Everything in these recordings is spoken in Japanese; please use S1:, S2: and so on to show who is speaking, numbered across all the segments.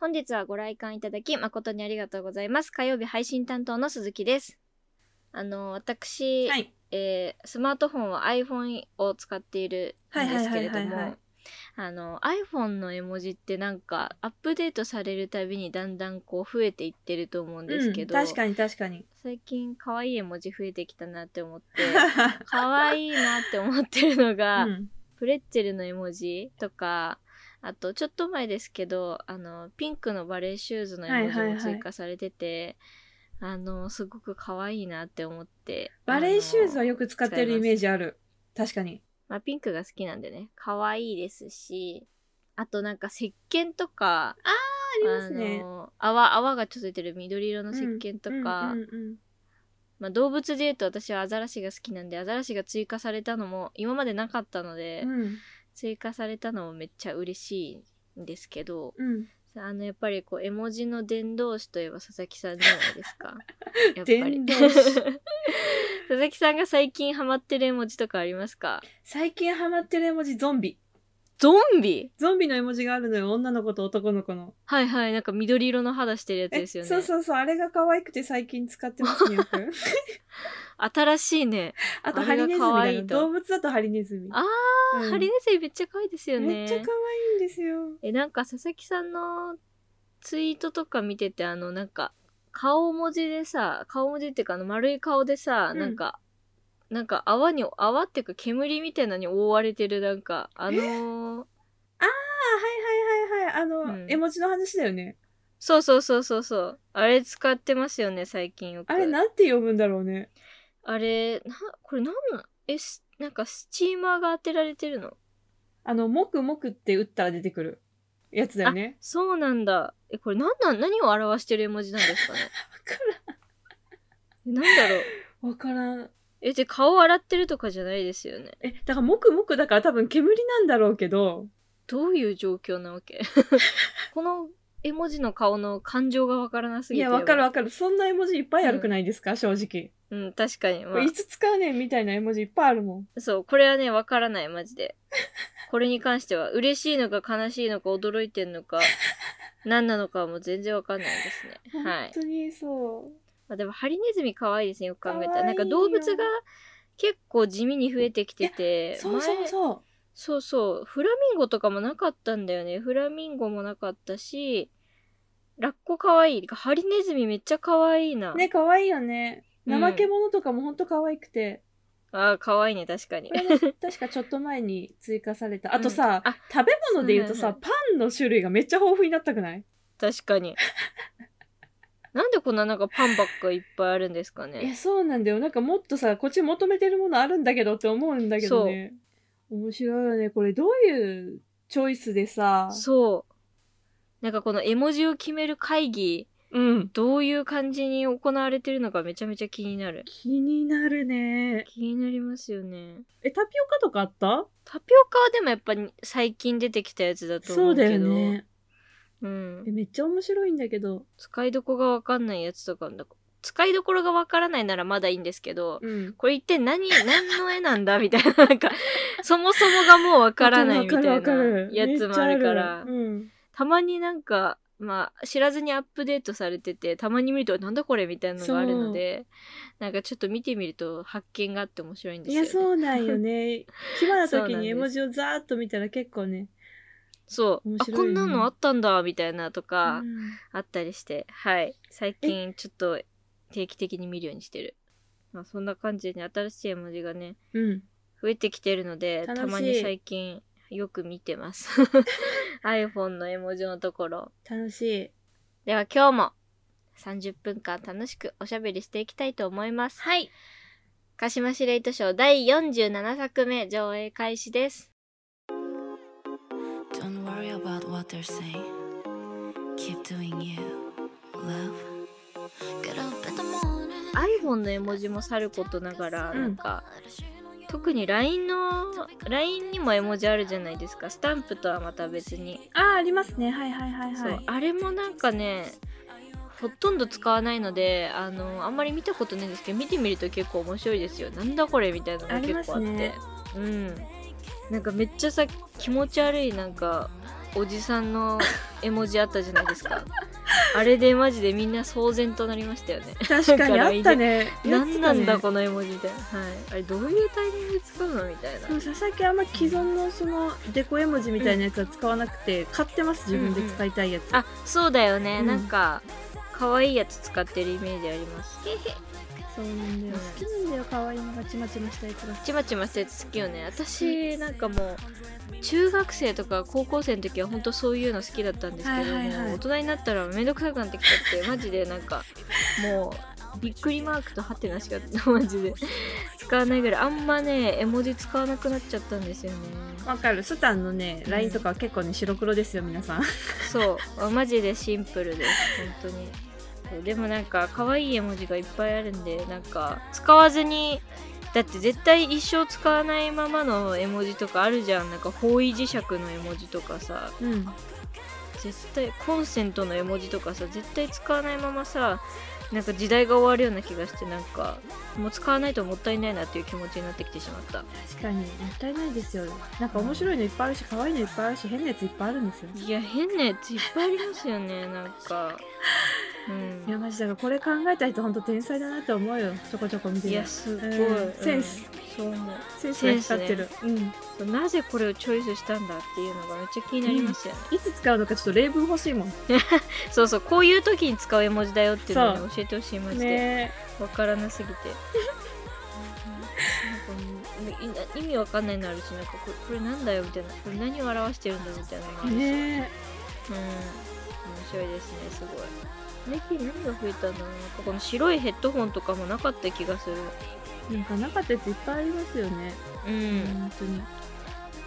S1: 本日はご来館いただき誠にありがとうございます。火曜日配信担当の鈴木です。あの、私、
S2: はい。
S1: えースマートフォンは iPhone を使っているんですけれど
S2: はいはいはいはいは
S1: も
S2: い
S1: あの iPhone の絵文字ってなんかアップデートされるたびにだんだんこう増えていってると思うんですけど、
S2: うん、確かに確 かに。
S1: 最近可愛い絵文字増えてきたなって思って可愛いなって思ってるの が、
S2: うん
S1: プレッツェルの絵文字とかあとちょっと前ですけどあのピンクのバレーシューズの絵文字
S2: はいはい
S1: も
S2: はい
S1: 追加されてて、あのすごく可愛いなって思って
S2: バレーシューズ
S1: あ
S2: は
S1: の
S2: よく使ってるイメージある。確かに。
S1: まあ、ピンクが好きなんでね可愛いですしあとなんか石鹸とかあ
S2: ありますね。
S1: の泡泡がついてる緑色の石鹸とか、
S2: うんうんうん
S1: まあ、動物で言うと私はアザラシが好きなんでアザラシが追加されたのも今までなかったので、
S2: うん
S1: 追加されたのもめっちゃ嬉しいんですけど
S2: うん
S1: あのやっぱりこう絵文字の伝道師といえば佐々木さんじゃないです かやっぱり
S2: 伝道 師
S1: 佐々木さんが最近ハマってる絵文字とかありますか
S2: 最近ハマってる絵文字ゾンビ。
S1: ゾンビ
S2: ゾンビの絵文字があるのよ。女の子と男の子の。
S1: はいはいなんか緑色の肌してるやつですよね
S2: そうそうそう。あれが可愛くて最近使ってますね、よく。
S1: 新しいね
S2: あと
S1: あ
S2: ハ
S1: れが
S2: リネズミ
S1: 可
S2: だ
S1: 愛
S2: よ。
S1: いと
S2: 動物だとハリネズミ。
S1: ああ、
S2: うん
S1: ハリネズミめっちゃ可愛いですよね
S2: めっちゃ可愛いんですよ。
S1: えなんか佐々木さんのツイートとか見ててあのなんか顔文字でさ顔文字っていうかあの丸い顔でさ、
S2: うん
S1: なんかなんか泡に泡っていうか煙みたいなのに覆われてるなんかあのー
S2: あ、はいはいはいはい。あの、
S1: うん
S2: 絵文字の話だよね。
S1: そうそうそうそうそうあれ使ってますよね最近よく
S2: あれなんて呼ぶんだろうね。
S1: あれなこれなんなんえすなんかスチーマーが当てられてるの
S2: あの、もくもくって打ったら出てくるやつだよね。
S1: そうなんだえこれなんなん何を表してる絵文字なんですかね
S2: わから。
S1: えなんだろうん
S2: わからん。
S1: えで顔洗ってるとかじゃないですよね
S2: え、だからもくもくだから多分煙なんだろうけど、
S1: どういう状況なわけ この絵文字の顔の感情がわからなす
S2: い
S1: ぎて。
S2: や、わかるわかる。そんな絵文字いっぱいあるくないですか、正直。
S1: うん、確かに。ま
S2: いつ使うねんみたいな絵文字いっぱいあるもん。
S1: あ、そう、これはね、わからない、マジで。これに関しては、嬉しいのか悲しいのか驚いてんの か、何なのかはもう全然わかんないです ね。は
S2: 本
S1: い。
S2: 当にそう。
S1: まあ、でも、ハリネズミ可愛いですね、よく考えた
S2: 可愛
S1: ら。
S2: い
S1: なんか動物が結構地味に増えてきてて、
S2: そうそう
S1: 前
S2: そう。
S1: そうそう。フラミンゴとかもなかったんだよね。フラミンゴもなかったし、ラッコかわいい。ハリネズミめっちゃかわいいな。
S2: ね、可愛いよね。
S1: うん
S2: 怠け者とかもほんと可愛くて。
S1: ああ、かわいいね、確かに
S2: こ。れも確かちょっと前に追加された。あとさ、
S1: うんあ
S2: 食べ物で言うと
S1: は
S2: さ、
S1: い
S2: パンの種類がめっちゃ豊富になったくない、
S1: 確かに。なんでこんななんかパンばっかいっぱいあるんですか
S2: いや、
S1: ね。
S2: そうなんだよ。なんかもっとさ、こっち求めてるものあるんだけどって思うんだけどね。面白いよね。これどういうチョイスでさ、
S1: そう。なんかこの絵文字を決める会議、
S2: うん。
S1: どういう感じに行われてるのかめちゃめちゃ気になる。
S2: 気になるね。
S1: 気になりますよね。
S2: え、タピオカとかあった
S1: タピオカはでもやっぱり最近出てきたやつだと
S2: そ
S1: 思
S2: う
S1: うけ
S2: だ
S1: ど。
S2: よね。
S1: うん
S2: え、。めっちゃ面白いんだけど。
S1: 使いどころがわかんないやつとかなんだ使いどころがわからないならまだいいんですけど、
S2: うん。
S1: これ一体何、何の絵なんだみたいな、なんか、 そもそもがもうわからないみたいな
S2: わかるわかる
S1: やつもあるから、
S2: めっちゃあるうん。
S1: たまになんか、まあ、知らずにアップデートされてて、たまに見ると、なんだこれみたいなのがあるので、なんかちょっと見てみると発見があって面白いんで
S2: い
S1: すよ、
S2: や、
S1: ね。
S2: そうなん よね。暇な
S1: そう
S2: 時
S1: なんです
S2: に絵文字をざーっと見たら結構ね。
S1: そう。
S2: 面
S1: あ、
S2: 白い
S1: こ
S2: よ
S1: ん
S2: ね
S1: なのあったんだ、みたいなとか、
S2: うん
S1: あったりして、はい。最近ちょっと定期的に見るようにしてる。まあ、そんな感じでね、新しい絵文字がね、
S2: うん。
S1: 増えてきてるので、
S2: 楽し
S1: た
S2: い
S1: まに最近よく見てます。iPhone の絵文字のところ。
S2: 楽しい。
S1: では今日も30分間楽しくおしゃべりしていきたいと思います。
S2: はい。
S1: 鹿島司令図書第47作目上映開始です。
S3: Don't worry about what they're saying. Keep doing you, love. Get up in the morning.
S1: iPhone の絵文字もさることながら、
S2: うん
S1: なんか、特に LINE の、LINE にも絵文字あるじゃないですか。スタンプとはまた別に。
S2: ああ、ありますね。はいはいはい
S1: そ
S2: は
S1: う
S2: い。
S1: あれもなんかねほとんど使わないのであのあんまり見たことないんですけど見てみると結構面白いですよなんだこれみたいなのが
S2: ありま
S1: 結構
S2: す
S1: あって
S2: ね
S1: うんなんかめっちゃさ気持ち悪いなんかおじさん の絵文字あったじゃないですかあれでマジでみんな騒然となりましたよね
S2: 確かにあったね。
S1: 何なんだ
S2: こ
S1: この絵文字みたいな、はい、あれどういうタイミングで使うのみたいな
S2: 佐々木あんま既存のそのデコ絵文字みたいなやつは使わなくて、買ってます自分で使いたいやつ、
S1: あそうだよね、
S2: うん
S1: なんか可愛いやつ使ってるイメージあります
S2: そうなんだよ
S1: うん
S2: 好きなんだよ可愛いのがちまちましたやつが
S1: ちまちましたやつ好きよね私なんかもう中学生とか高校生の時は本当そういうの好きだったんですけど、
S2: はいはいはい
S1: もう大人になったらめんどくさくなってきちゃっ てマジでなんかもうびっくりマークとハテナしかマジで使わないぐらいあんまね絵文字使わなくなっちゃったんですよね
S2: わかるスタンのね
S1: うん
S2: LINE とかは結構ね白黒ですよ皆さん
S1: そうマジでシンプルです本当にそうでもなんか可愛い絵文字がいっぱいあるんでなんか使わずにだって絶対一生使わないままの絵文字とかあるじゃんなんか方位磁石の絵文字とかさ
S2: うん
S1: 絶対コンセントの絵文字とかさ絶対使わないままさなんか時代が終わるような気がしてなんかもう使わないともったいないなっていう気持ちになってきてしまった
S2: 確かにもったいないですよなんか面白いのいっぱいあるし可愛いのいっぱいあるし変なやついっぱいあるんですよ
S1: いや変なやついっぱいありますよねなんかうん
S2: いやマジだからこれ考えた人ほんと天才だなって思うよちょこちょこ見て
S1: い
S2: る
S1: やすごい、
S2: うんセンス
S1: そう思う
S2: センスが光ってる、うん
S1: そうなぜこれをチョイスしたんだっていうのがめっちゃ気になりますよね、
S2: いつ使うのかちょっと例文欲しいもん
S1: そうそうこういう時に使う絵文字だよっていうのを教えてほしいマジで、
S2: ね
S1: わからなすぎてなんかもうい意味わかんないのあるしなんかこれこれなんだよみたいなこれ何を表してるんだみたいなのもある
S2: え
S1: し、
S2: ね
S1: うん面白いですねすごい最近何が増えたんだろうなんかこの白いヘッドホンとかもなかった気がする
S2: えなんかなかったやついっぱいありますよね、
S1: うん
S2: 本当に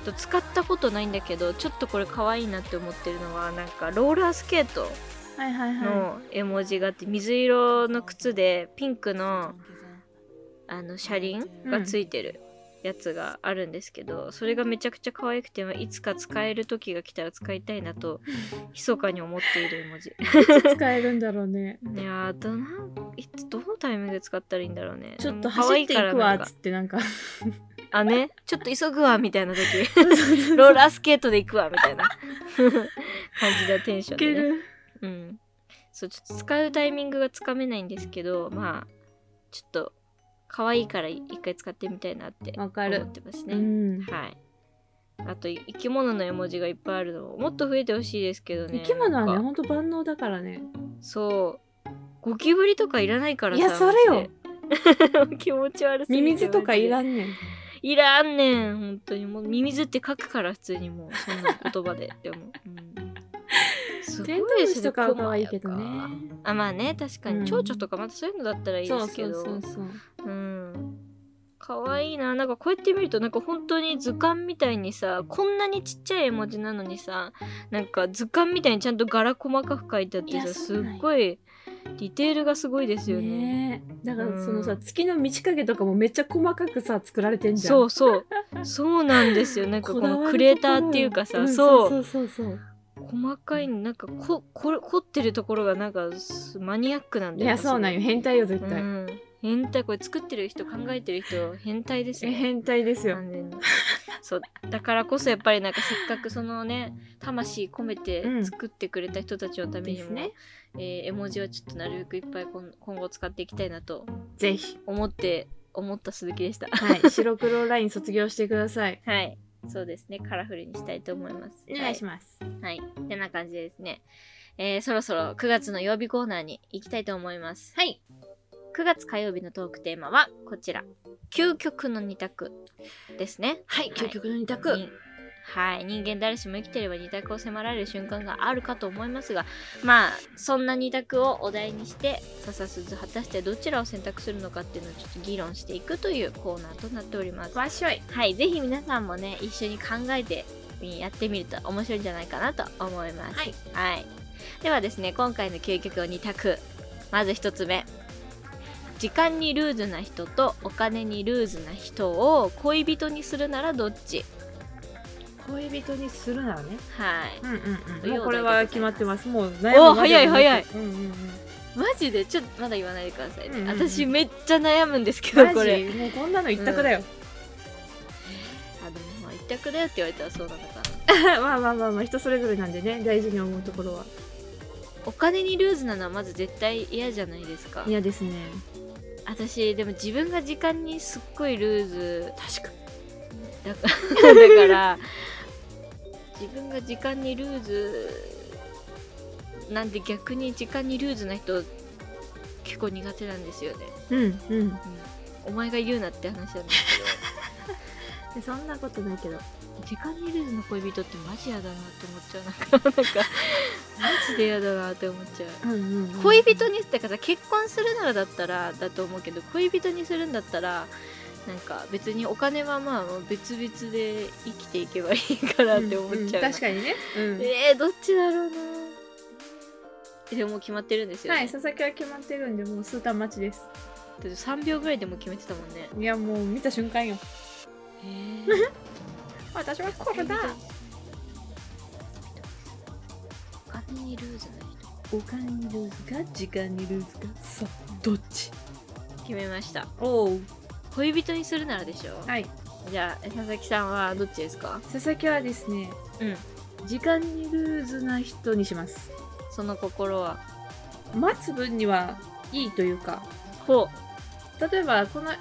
S1: と使ったことないんだけどちょっとこれ可愛いなって思ってるのはなんかローラースケート
S2: はいはいは
S1: の絵文字があって水色の靴でピンクのあの車輪がついてるやつがあるんですけど、それがめちゃくちゃ可愛くていつか使える時が来たら使いたいなと密かに思っている絵文字
S2: いいつ使えるんだろうね
S1: いやーどないつどのタイミングで使ったらいいんだろうね
S2: ちょっ
S1: で
S2: と
S1: も可
S2: 走
S1: 愛
S2: っていくわ
S1: な
S2: っ
S1: んか
S2: つってなんか
S1: あねちょっと急ぐわみたいな 時ローラースケートで行くわみたいな感じだテンション
S2: いけ
S1: で、ね、
S2: る
S1: うん、そうちょっと使うタイミングがつかめないんですけどまあちょっと可愛いから一回使ってみたいなって
S2: わか
S1: 思
S2: る
S1: ってます
S2: う
S1: ね、
S2: ん
S1: はいあとい生き物の絵文字がいっぱいあるのもっと増えてほしいですけどね
S2: 生き物はね
S1: なんか
S2: ほんと万能だからね
S1: そうゴキブリとかいらないからさ
S2: いやそれよ
S1: マジで 気持ち悪すぎ
S2: ミ
S1: て
S2: ミズとかいら
S1: ん
S2: んねん
S1: いらんねん本当にもうミミズって書くから普通にもうそんな言葉ででも、うん、す
S2: テントウムシとかは可愛いけどね
S1: あまあね確か
S2: うん
S1: に蝶々とかまたそういうのだったらいい
S2: そ
S1: で
S2: う
S1: すけ
S2: そう
S1: ど
S2: そうそう
S1: うん可愛いななんかこうやって見るとなんか本当に図鑑みたいにさこんなにちっちゃい絵文字なのにさなんか図鑑みたいにちゃんと柄細かく書いてあって
S2: いや
S1: さ
S2: そ
S1: す
S2: う
S1: っ
S2: なんよ
S1: ごいディテールがすごいですよね
S2: ねえだからそのさ、
S1: うん
S2: 月の満ち欠けとかもめっちゃ細かくさ作られてんじゃん
S1: そうそうそうなんですよ なんかこ
S2: だわ
S1: の
S2: り
S1: クレーターっていうかさ、
S2: ん
S1: そう
S2: そうそうそうそう
S1: 細かいなんかここれ凝ってるところがなんかすマニアックなんだ
S2: い
S1: よ
S2: やそうなんよ変態よ絶対、
S1: うん、変態これ作ってる人考えてる人変態です
S2: え
S1: ね
S2: 変態ですよ
S1: 完全にそうだからこそやっぱりなんかせっかくそのね魂込めて
S2: うん
S1: 作ってくれた人たちのためにも、
S2: ですね
S1: えー絵文字はちょっとなるべくいっぱい今今後使っていきたいなと
S2: ぜひ
S1: 思って思った鈴木でした
S2: はい白黒ライン卒業してください
S1: はいそうですねカラフルにしたいと思います
S2: お願いします、
S1: はい。てな感じでですね。えーそろそろ9月の曜日コーナーに行きたいと思います。はい。9月火曜日のトークテーマはこちら。究極の二択ですね。
S2: はい究極の二択、
S1: にはい。人間誰しも生きてれば二択を迫られる瞬間があるかと思いますが、まあ、そんな二択をお題にして、笹鈴果たしてどちらを選択するのかっていうのをちょっと議論していくというコーナーとなっております。
S2: わっしょい
S1: はい、ぜひ皆さんもね、一緒に考えてみやってみると面白いんじゃないかなと思います。
S2: はい。
S1: ではですね、今回の究極を2択。まず1つ目。時間にルーズな人とお金にルーズな人を恋人にするならどっち
S2: 恋人にするならね
S1: はい。
S2: うんうん
S1: うん
S2: もうこれは決まってますもう悩
S1: お
S2: む
S1: ー早い早い
S2: うんうんうん
S1: マジでちょっとまだ言わないでくださいね。
S2: うんうんうん
S1: 私めっちゃ悩むんですけど、
S2: マ
S1: これ。
S2: ジもうこんなの一択だよ、
S1: あ、でもまあ一択だよって言われたらそうなのかな。
S2: まあまあまあまあ人それぞれなんでね大事に思うところは
S1: お金にルーズなのはまず絶対嫌じゃないですか
S2: 嫌ですね
S1: 私でも自分が時間にすっごいルーズ確かにだだから自分が時間にルーズなんで逆に時間にルーズな人結構苦手なんですよね、
S2: うんうん
S1: お前が言うなって話なんですけど
S2: でそんなことないけど
S1: 時間にルーズの恋人ってマジやだなって思っちゃうなんかなんかマジでやだなって思っちゃう
S2: うんうん、うん、
S1: 恋人にだからさ結婚するならだったらだと思うけど恋人にするんだったらなんか別にお金はまあ別々で生きていけばいいかなって思っちゃうの、
S2: んん確かにね、うん
S1: えー、どっちだろうなでももう決まってるんですよね、
S2: はい佐々木は決まってるんでもうスータン待ちです
S1: だって3秒ぐらいでもう決めてたもんね
S2: いやもう見た瞬間よ
S1: へえ
S2: 私はこれだ
S1: お金にルーズな人
S2: お金にルーズか時間にルーズかさあどっち
S1: 決めました
S2: おう
S1: 恋人にするならでしょ、
S2: はい
S1: じゃあ佐々木さんはどっちですか
S2: 佐々木はですね
S1: うん
S2: 時間にルーズな人にします
S1: その心は
S2: 待つ分にはいいというか
S1: ほ
S2: 例えばこの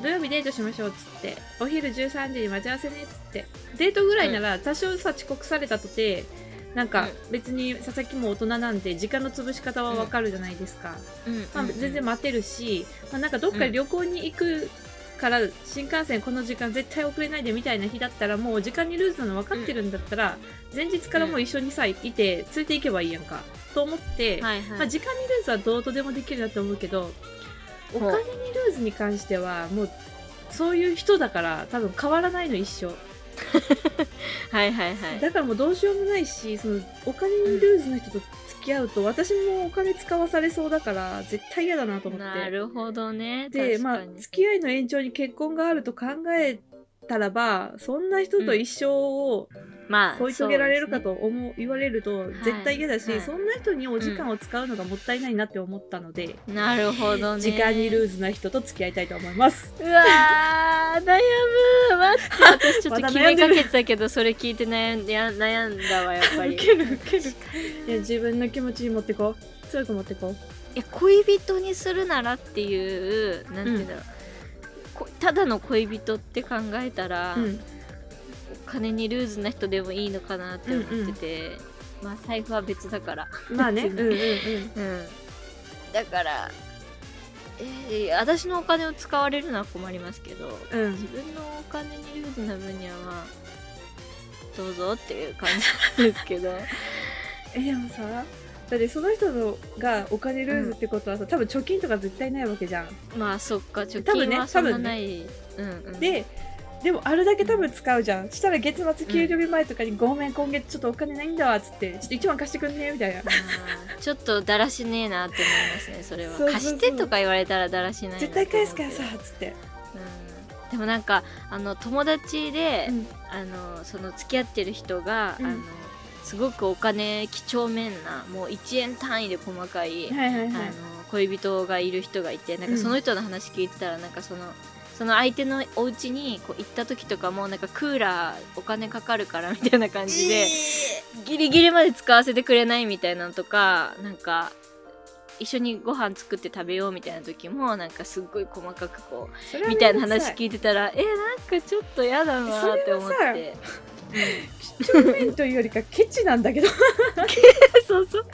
S2: 土曜日デートしましょうっつってお昼13時に待ち合わせねっつってデートぐらいなら多少さ遅刻されたとて、なんか別に佐々木も大人なんで時間の潰し方はわかるじゃないですか、
S1: う、うん
S2: まあ、全然待てるし、まあ、なんかどっか旅行に行くから新幹線この時間絶対遅れないでみたいな日だったらもう時間にルーズなの分かってるんだったら前日からもう一緒にさいて連れて行けばいいやんかと思って、
S1: はいはい、
S2: まあ、時間にルーズはどうとでもできるなと思うけどお金にルーズに関してはもうそういう人だから多分変わらないの一生
S1: はいはいはい
S2: だからもうどうしようもないしそのお金にルーズの人と付き合うと、私もお金使わされそうだから絶対嫌だなと思って
S1: なるほどね
S2: で、
S1: 確
S2: まあ
S1: か、に
S2: 付き合いの延長に結婚があると考えたらばそんな人と一生を
S1: まあ
S2: 添い遂げられるかと思う、言われると絶対嫌だし、
S1: はい
S2: そんな人にお時間を使うのがもったいないなって思ったので、
S1: そうですねなるほどね
S2: 時間にルーズな人と付き合いたいと思います。
S1: うわー悩む待って私ちょっ と決めかけてたけどそれ聞いて悩んでや悩んだわやっぱり
S2: ウケるウケるいや自分の気持ちに持ってこう強く持ってこう
S1: いや恋人にするならっていうなんていうんだろう、こただの恋人って考えたら、
S2: うん
S1: お金にルーズな人でもいいのかなって思ってて、まあ財布は別だから
S2: ま あね
S1: 別に
S2: うんうん
S1: うんだからえー私のお金を使われるのは困りますけど
S2: うんう
S1: 自
S2: ん
S1: 分のお金にルーズな分にはまあどうぞっていう感じなんですけど
S2: えでもさだってその人のがお金ルーズってことはさ、多分貯金とか絶対ないわけじゃん、
S1: まあそっか貯
S2: 多分
S1: 金
S2: ね
S1: はそんなない、うんうん、
S2: ででもあれだけ多分使うじゃんしたら月末給料日前とかに、ごめん今月ちょっとお金ないんだわ」っつって「ちょっと1万貸してくんね」みたいな
S1: あーちょっとだらしねえなって思いますねそれは
S2: そうそうそう
S1: 貸してとか言われたらだらしないなって
S2: 絶
S1: 思うけ
S2: 対
S1: ど
S2: 返すからさ、っつって
S1: うん、でもなんかあの友達で、
S2: うん
S1: あのその付き合ってる人が、
S2: うん
S1: あのすごくお金几帳面なもう1円単位で細かい、
S2: はいはい
S1: あ
S2: はい
S1: の恋人がいる人がいてなん
S2: う
S1: か
S2: ん
S1: その人の話聞いてたら、なんかそのその相手のお家にこう行った時とかもなんかクーラーお金かかるからみたいな感じで、ギリギリまで使わせてくれないみたいなのとかなんか一緒にご飯作って食べようみたいな時もなんかすっごい細かくこ
S2: そうれは
S1: み
S2: めん
S1: た
S2: ど
S1: いな
S2: くさ
S1: 話聞いてたらえなんかちょっと嫌だなって思っ
S2: それは
S1: て
S2: 貯金面というよりかケチなんだけど
S1: そうそう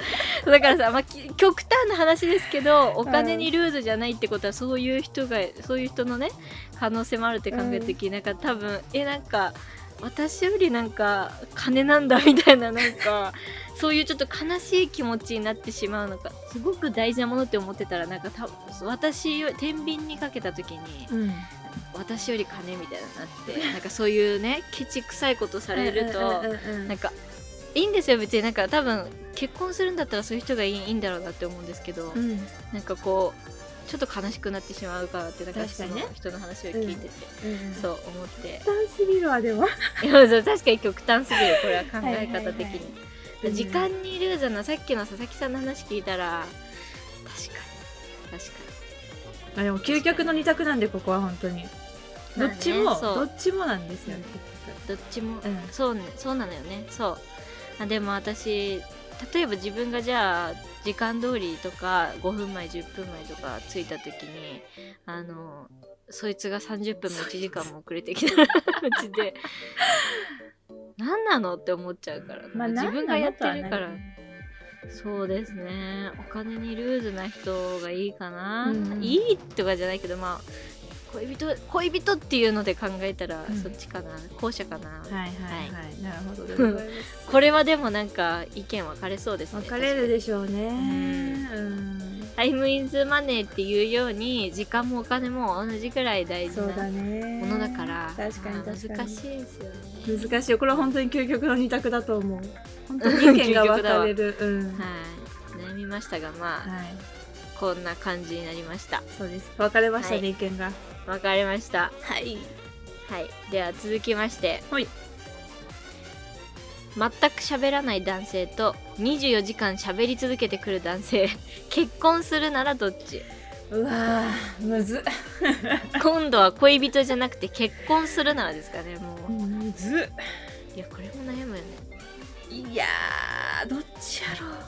S1: だからさ、まあ、き極端な話ですけどお金にルーズじゃないってことはそういう人がそういう人のね可能性もあるって考えた時、なんか多分えなんか私よりなんか金なんだみたいななん かそういうちょっと悲しい気持ちになってしまうのかすごく大事なものって思ってたらなんかた私よ天秤にかけた時に
S2: うん
S1: 私より金みたいなのに なってなんかそういうねケチくさいことされると。
S2: うんうんうんうん
S1: なんかいいんですよ別になんか多分結婚するんだったらそういう人がいいいいんだろうなって思うんですけど、
S2: うん
S1: なんかこうちょっと悲しくなってしまうからってなんか
S2: 確かにね
S1: その人の話を聞いてて、
S2: うん
S1: そう思って
S2: 負担すぎるわでも
S1: いやそう確かに極端すぎるこれは考え方的に、
S2: はいはいはいうん
S1: 時間にルーズなさっきの佐々木さんの話聞いたら確かに確か
S2: あでも究極の二択なんでここは本当に
S1: に
S2: どっちも、
S1: まあねそう
S2: どっちもなんですよね
S1: どっちも、
S2: 結局うん
S1: そうねそうなのよねそうあでも私例えば自分がじゃあ時間通りとか5分前10分前とか着いた時にあのそいつが30分も1時間も遅れてきたら うちで何なのって思っちゃうから、
S2: まあ、
S1: 自分がやってるから
S2: なんなのとはな
S1: そうですねお金にルーズな人がいいかな、
S2: うん
S1: いいとかじゃないけどまあ恋人恋人っていうので考えたら
S2: うん
S1: そっちかな、後者かな、
S2: はいはいはい、なるほどでございます
S1: これはでもなんか意見分かれそうですね
S2: 分かれるでしょうね
S1: ん
S2: うん
S1: タイムイズマネーっていうように時間もお金も同じくらい大事
S2: そうだ
S1: な
S2: ね
S1: ものだから
S2: 確かに
S1: まあ難し
S2: 確
S1: いで
S2: かに
S1: すよね
S2: 難しいこれは本当に究極の二択だと思う本当に意見が分かれる、うんは
S1: はい悩みましたがまあ、
S2: い、
S1: こんな感じになりました
S2: そうです分かれましたね、
S1: はい
S2: 意見が
S1: 分かれました
S2: はい
S1: はいでは続きまして
S2: はい
S1: 全く喋らない男性と24時間喋り続けてくる男性 結婚するならどっち
S2: うわーむずっ
S1: 今度は恋人じゃなくて結婚するならですかねもう
S2: むずっ
S1: いやこれも悩むよね
S2: いやーどっちやろう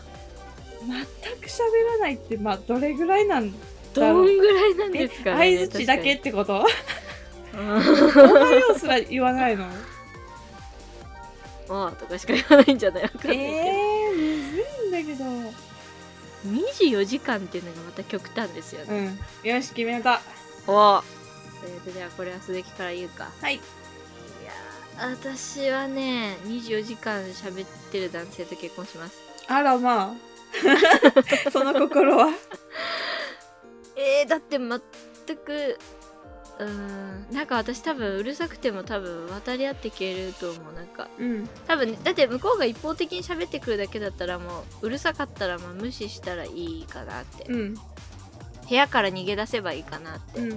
S2: 全く喋らないってまあどれぐらいなんだ
S1: ど
S2: ろうん
S1: ぐらいなん
S2: え
S1: ですかね
S2: 相槌だけってこと
S1: 確かに
S2: そんな様子は言わないの
S1: うんわあとかしか言わないんじゃないわかんないけど、
S2: えー、むずいんだけどう
S1: 24時間っていうのがまた極端ですよね、
S2: んよし決めた
S1: おおということではこれは鈴木から言うか
S2: はい
S1: いやー私はね24時間喋ってる男性と結婚します
S2: あらまあその心は
S1: えー、だって全くうーんなんか私多分うるさくても多分渡り合って消えると思うなんか
S2: うん
S1: 多分だって向こうが一方的に喋ってくるだけだったらもううるさかったらまあ無視したらいいかなって、
S2: うん
S1: 部屋から逃げ出せばいいかなって、
S2: う
S1: うんん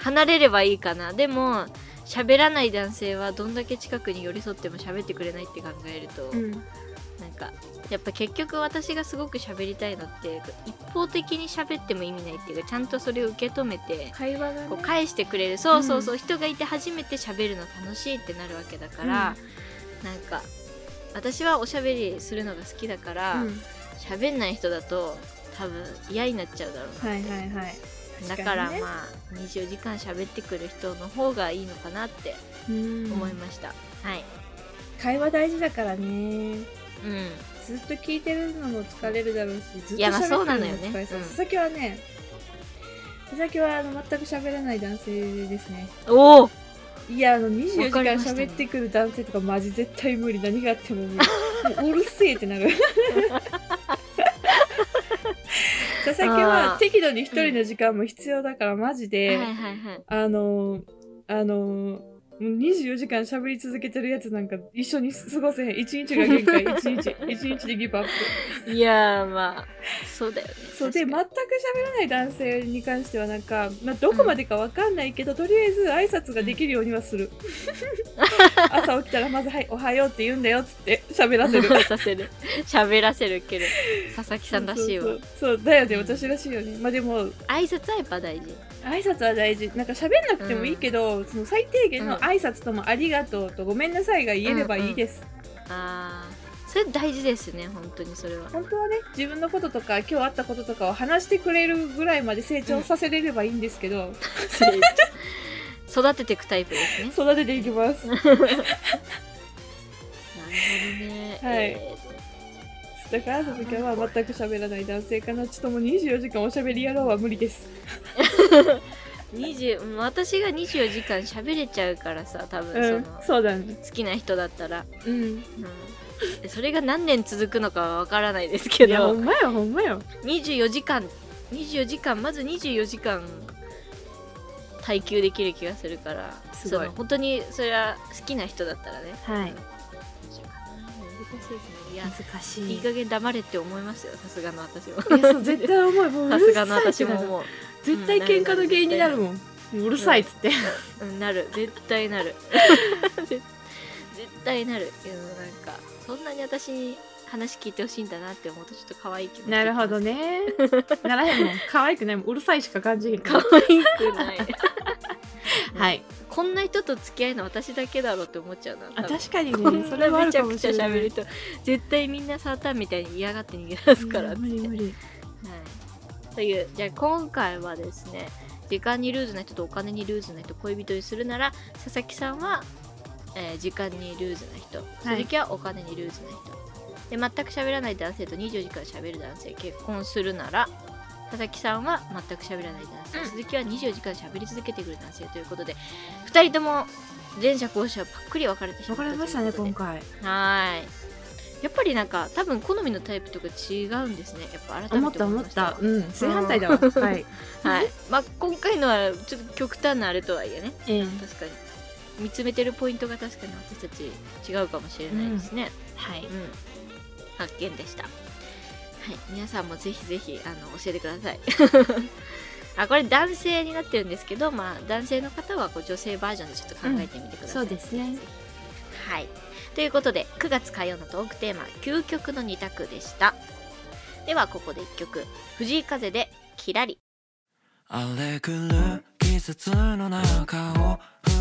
S1: 離れればいいかなでも喋らない男性はどんだけ近くに寄り添っても喋ってくれないって考えると、
S2: うん
S1: なんかやっぱ結局私がすごく喋りたいのって一方的に喋っても意味ないっていうかちゃんとそれを受け止めて
S2: 会話が
S1: こう
S2: ね
S1: 返してくれるそうそうそう、人がいて初めて喋るの楽しいってなるわけだから、なんか私はおしゃべりするのが好きだから
S2: うん
S1: 喋、ん、ない人だと多分嫌になっちゃうだろうな、
S2: はいはいはい
S1: だからまあ24時間喋ってくる人の方がいいのかなって思
S2: 思
S1: いました、はい、
S2: 会話大事だからね
S1: うん、
S2: ずっと聞いてるのも疲れるだろうしずっ
S1: い
S2: と
S1: やまあ
S2: 喋って
S1: そ
S2: るの
S1: うなのよ
S2: も
S1: ね
S2: 疲れそう
S1: うん
S2: 佐々木はね佐々木はあの全く喋らない男性ですね
S1: おお
S2: いやあの24時
S1: わかり
S2: 間
S1: ましたね
S2: 喋ってくる男性とかマジ絶対無理何があっても無理もううるせえってなる佐々木
S1: あー
S2: は適度に一人の時間も必要だからマ
S1: は
S2: ジ
S1: い
S2: で、
S1: はいはい
S2: あのーあのーもう24時間喋り続けてるやつなんか一緒に過ごせへん1日が限界1日1日でギブアップ
S1: いやーまあそうだよね
S2: そうで全
S1: 確
S2: く
S1: かに
S2: 喋らない男性に関してはなんか、まあ、どこまでかわかんないけど、とりあえず挨拶ができるようには する朝起きたらまず「はいおはよう」って言うんだよっつって喋らせる
S1: させる喋らせるけど佐々木さんらしいわ
S2: そうそうそうだよね私らしいよねまあでも
S1: 挨拶はやっぱ大事
S2: 挨拶は大事なんか喋んなくてもいいけど、その最低限の挨拶とも「ありがとう」と「ごめんなさい」が言えればいいです、
S1: あーそれ大事ですね本当にそれ は
S2: 本当はね自分のこととか今日あったこととかを話してくれるぐらいまで成長させれればいいんですけど、
S1: 育てていくタイプですね
S2: 育てていきます
S1: なるほどね
S2: はい
S1: え
S2: だから佐々木は全く喋らない男性かなちょっともう24時間おしゃべり野郎は無理です
S1: ー20うん私が24時間喋れちゃうからさ多分
S2: う
S1: そ
S2: ん
S1: の、
S2: そうだね
S1: 好きな人だったら、
S2: うん
S1: うん、それが何年続くのかはわからないですけ
S2: いやほ
S1: ど
S2: んまよほんまよ
S1: 24時間24時間まず24時間耐久できる気がするから
S2: すごい
S1: その本当にそれは好きな人だったらね
S2: はい
S1: 難しいですねいや
S2: 難し
S1: いい加減黙れって思いますよさすがの私も
S2: いやそう絶対重いもう
S1: さ
S2: う
S1: す
S2: る
S1: がの
S2: さいっ
S1: 私
S2: て
S1: も
S2: なる
S1: 思う
S2: 絶対喧嘩の原因になるもんうるさいっつって
S1: うんなる絶対 なる絶絶対なるけどなんかそんなに私に話聞いてほしいんだなって思うとちょっと可愛い気持ち
S2: なるほどねならへんもん可愛くないもんうるさいしか感じへんか
S1: 可
S2: ら
S1: 愛くない
S2: はい
S1: こんな人と付き合いの私だけだろうって思っちゃうな
S2: あ
S1: 多分
S2: 確かに
S1: こん
S2: ねそれ
S1: な
S2: はあ
S1: め
S2: る
S1: ちゃ
S2: か
S1: く
S2: も
S1: ち
S2: し
S1: ゃ
S2: れない
S1: 喋る人絶対みんなサーターンみたいに嫌がって逃げ出すからっ
S2: う
S1: つ
S2: ん
S1: っ
S2: 無
S1: て
S2: 理無理
S1: はい、というじゃあ今回はですね時間にルーズな人とお金にルーズな人恋人にするなら佐々木さんは、えー時間にルーズな人鈴木はお金にルーズな人、で全く喋らない男性と24時間喋る男性結婚するなら佐々木さんは全く喋らない男性、
S2: うん
S1: 鈴木は24時間喋り続けてくる男性ということで2人とも前者後者パックリ分かれてしま
S2: わ
S1: った
S2: か
S1: ということ
S2: りまし
S1: で
S2: たね今回
S1: はーい。やっぱりなんか多分好みのタイプとか違うんですね。やっぱ改めて
S2: 思った思っ
S1: いました
S2: たうん正反対だわはい
S1: はい。まあ今回のはちょっと極端なあれとはいえね、
S2: ええ
S1: 確かに見つめてるポイントが確かに私たち違うかもしれないですね。
S2: はい
S1: うん。発見でした。はい。皆さんもぜひぜひあの教えてくだ さい。あこれ男性になってるんですけど、まあ、男性の方はこう女性バージョンでちょっと考えてみてください、
S2: うんそうですね
S1: はい。ということで、9月火曜のトークテーマ、究極の2択でした。では、ここで1曲。藤井風で、キラリ。
S4: 荒れ狂う季節の中を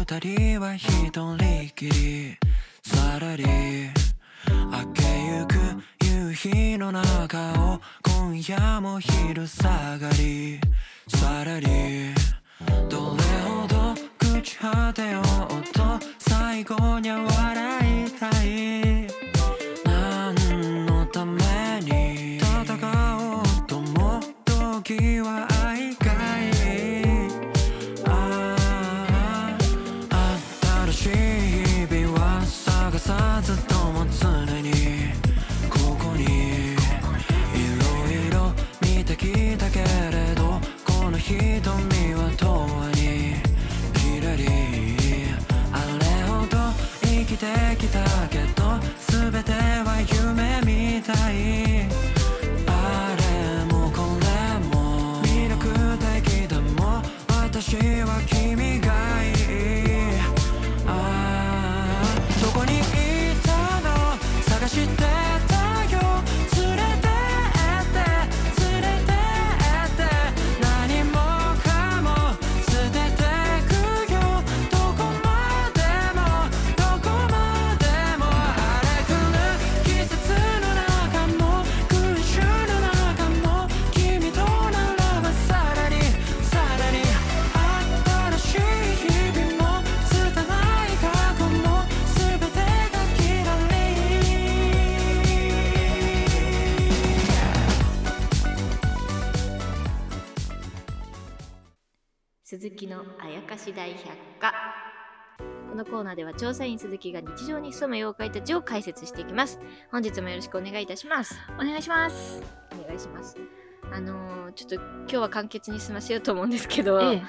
S4: 二人は一人きりさらり明けゆく夕日の中を今夜も昼下がりさらりどれほど朽ち果てようと最後には笑いたい何のために戦おうとも時は愛かいああ新しい日々は探さずとも常にここにいろいろ見てきたけれどこの瞳は永遠にキラリあれほど生きてきたけど全ては夢みたいあれもこれも魅力的だもん私は君がいいああどこにいたの探してたよ連れてって連れてって何もかも捨ててくよどこまでもどこまでも荒れ狂う季節の中も群衆の中も君とならばさらにさらに新しい日々も拙い過去も全てがきらり
S1: 鈴木のあやかし大百科このコーナーでは調査員鈴木が日常に潜む妖怪たちを解説していきます本日もよろしくお願いいたします
S2: お願いします
S1: お願いしますあのーちょっと今日は簡潔に済ませようと思うんですけど、
S2: ええ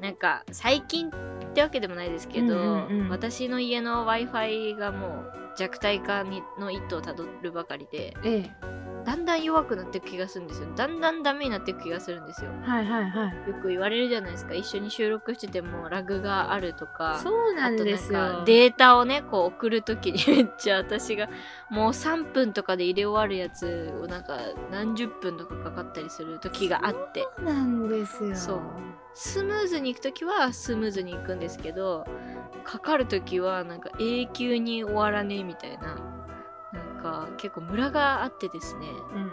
S1: なんか最近ってわけでもないですけど、
S2: うんうんうん
S1: 私の家の w i f i がもう弱体化にの一途をたどるばかりで
S2: ええ
S1: だんだん弱くなっていく気がするんですよだんだんダメになっていく気がするんですよ
S2: はいはいはい
S1: よく言われるじゃないですか一緒に収録しててもラグがあるとか
S2: そうなんです
S1: あとなん
S2: よ
S1: かデータをねこう送る時に めっちゃ私がもう3分とかで入れ終わるやつをなんか何十分とかかかったりする時があって
S2: そうなんですよ
S1: そうスムーズに行く時はスムーズに行くんですけどかかる時はなんか永久に終わらねえみたいななんか結構ムラがあってですね
S2: うん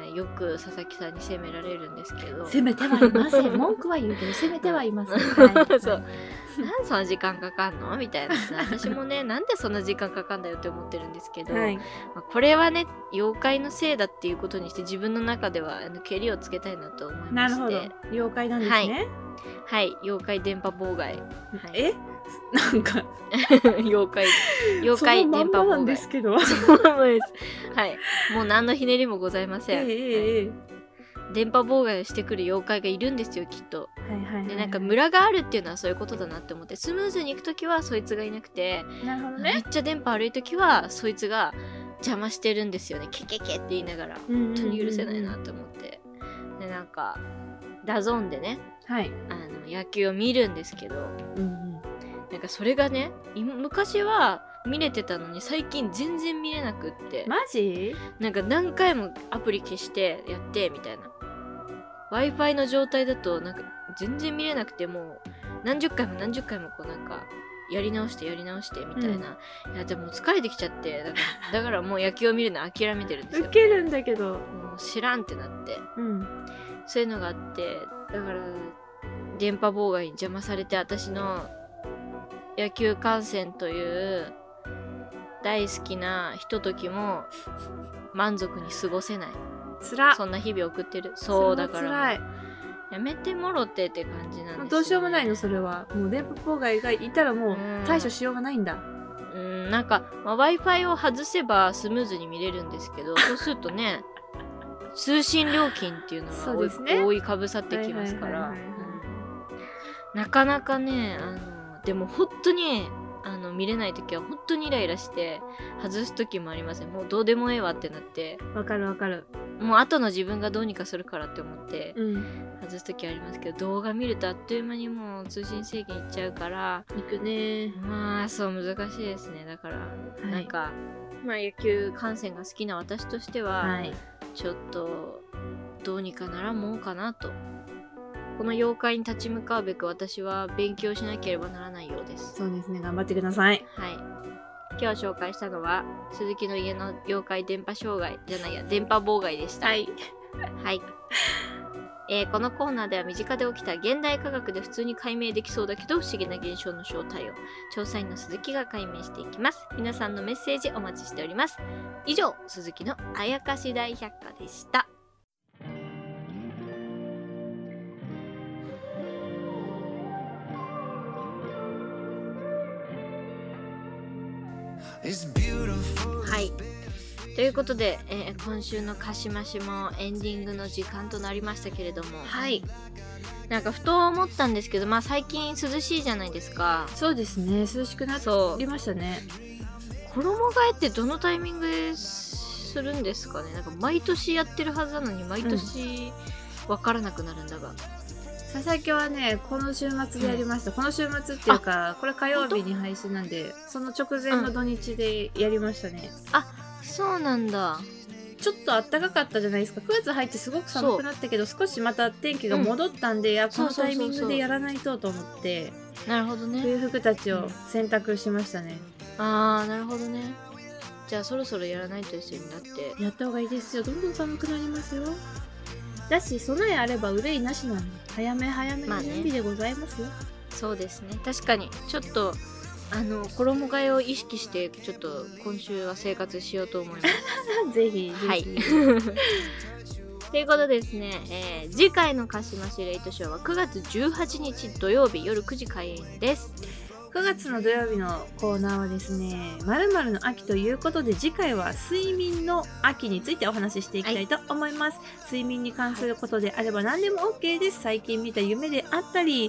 S1: はいよく佐々木さんに責められるんですけど
S2: 責めてはいません文句は言うけど責めてはいません、はい
S1: そうなんでそんな時間かかんのみたいなさ私も ねなんでそんな時間かかんだよって思ってるんですけど、
S2: はい
S1: まあこれはね妖怪のせいだっていうことにして自分の中ではあのけりをつけたいなと思い
S2: な
S1: ま
S2: る
S1: し
S2: ほど
S1: て
S2: 妖怪なんですね、
S1: はい妖怪電波妨害 はい
S2: えなんか
S1: 妖怪妖怪
S2: そのま
S1: 電
S2: ん
S1: 波
S2: ま
S1: 妨
S2: なんで
S1: 害
S2: すけど
S1: そのままですはいもう何のひねりもございま
S2: え
S1: せ
S2: え
S1: ん、
S2: えええ
S1: はい電波妨害をしてくる妖怪がいるんですよきっと
S2: えはいはいはい
S1: でなんかムラがあるっていうのはそういうことだなって思ってスムーズに行く時はそいつがいなくて
S2: なるほど
S1: め
S2: ね
S1: っちゃ電波悪い時はそいつが邪魔してるんですよねケケケって言いながら本
S2: 本
S1: 当に許せないなと思ってでなんかダゾーンでね
S2: はい
S1: あの野球を見るんですけど
S2: うんうん
S1: なんかそれがねい昔は見れてたのに最近全然見れなくって
S2: マジ
S1: なんか何回もアプリ消してやってみたいな w i f i の状態だとなんか全然見れなくてもう何十回も何十回もこうなんかやり直してやり直してみたいな、いやでも疲れてきちゃってだからだからもう野球を見るの諦めてるんです
S2: ウ
S1: よ
S2: ケるんだけど
S1: もう知らんってなって
S2: うん
S1: そういうのがあってだから電波妨害に邪魔されて私の野球観戦という大好きなひとときも満足に過ごせない
S2: つら
S1: そんな日々を送ってるそう
S2: れ
S1: だ
S2: は
S1: か
S2: 辛
S1: ら
S2: い
S1: もうやめてもろてって感じなんです
S2: も
S1: ね
S2: うどうしようもないのそれはもう電波妨害がいたらもう
S1: うん
S2: 対処しようがないんだ
S1: うんなんか、まあ、w i f i を外せばスムーズに見れるんです けどそうするとね通信料金っていうのが
S2: そう
S1: 多い,、
S2: ですね
S1: 多いかぶさってきますから、
S2: はいはいはいはい
S1: うんなかなかねあのでも本当にあの見れない時は本当にイライラして外す時もありませんもうどうでもええわってなって
S2: わかるわかる
S1: もう後の自分がどうにかするからって思って
S2: うん
S1: 外す時ありますけど動画見るとあっという間にもう通信制限いっちゃうから
S2: 行くね
S1: まあそう難しいですねだから
S2: は
S1: なん
S2: い
S1: か、まあ、野球観戦が好きな私としては、
S2: はい
S1: ちょっとどうにかならんもんかなとこの妖怪に立ち向かうべく私は勉強しなければならないようです
S2: そうですね頑張ってください
S1: はい今日紹介したのは鈴木の家の妖怪電波障害じゃないや電波妨害でした
S2: はい
S1: はい。えーこのコーナーでは身近で起きた現代科学で普通に解明できそうだけど不思議な現象の正体を調査員の鈴木が解明していきます。皆さんのメッセージお待ちしております。以上、鈴木のあやかし大百科でした。
S4: It's beautiful
S1: はい。ということで、えー今週のかしましもエンディングの時間となりましたけれども、
S2: はい
S1: なんかふと思ったんですけど、まあ最近涼しいじゃないですか。
S2: そうですね涼しくな
S1: そう
S2: りましたね
S1: 衣替えってどのタイミングでするんですかねなんか毎年やってるはずなのに毎年わからなくなるんだが、
S2: 佐々木はねこの週末でやりました、この週末っていうかこれ火曜日に配信なんでその直前の土日でやりましたね、
S1: そうなんだ
S2: ちょっと暖かかったじゃないですか9月入ってすごく寒くなったけど少しまた天気が戻ったんで、いやこ
S1: そう
S2: の
S1: そうそう
S2: タイ
S1: そう
S2: ミングでやらないとと思って
S1: なるほどね
S2: 冬服たちを洗濯しましたね
S1: あーなるほどねじゃあそろそろやらないとですよねだって
S2: やった方がいいですよどんどん寒くなりますよだし備えあれば憂いなしなんで早め早め
S1: まあ
S2: の
S1: ね
S2: 準備でございますよ、
S1: そうですね確かにちょっとあの衣替えを意識してちょっと今週は生活しようと思います
S2: ぜひぜひ、
S1: はい ということですね、えー次回の鹿島シレイトショーは9月18日土曜日夜9時開演です
S2: 9月の土曜日のコーナーはですね「まるの秋」ということで次回は睡眠の秋についてお話ししていきたいと思います、睡眠に関することであれば何でも OK です最近見た夢であったり、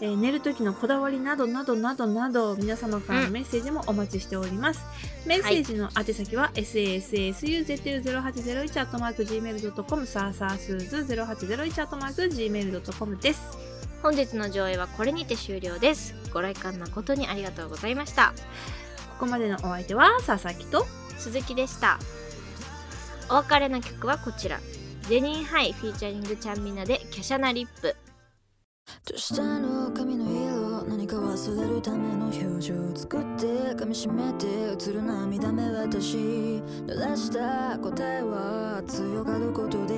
S2: えー寝る時のこだわりなどなどなどなど皆様からのメッセージもお待ちしております、メッセージの宛先は、sassu0801-gmail.com サーサースーズ 0801-gmail.com です
S1: 本日の上映はこれにて終了ですご来館誠にありがとうございました
S2: ここまでのお相手は佐々木と
S1: 鈴木でしたお別れの曲はこちらデニーハイフィーチャリングちゃんみなで華奢なリップ
S3: どうしたの髪の色何か忘れるための表情作って噛み締めて映る涙目私濡らした答えは強がることで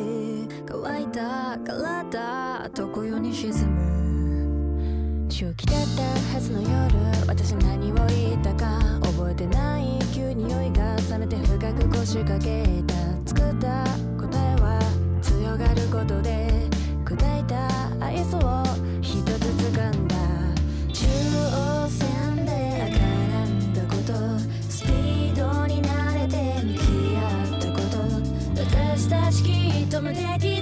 S3: 乾いた体常世に沈む初期だったはずの夜私何を言ったか覚えてない急に酔いが覚めて深く腰掛けた作った答えは強がることで砕いた愛想を一つ掴んだ中央線で赤らんだことスピードに慣れて向き合ったこと私たちきっと無敵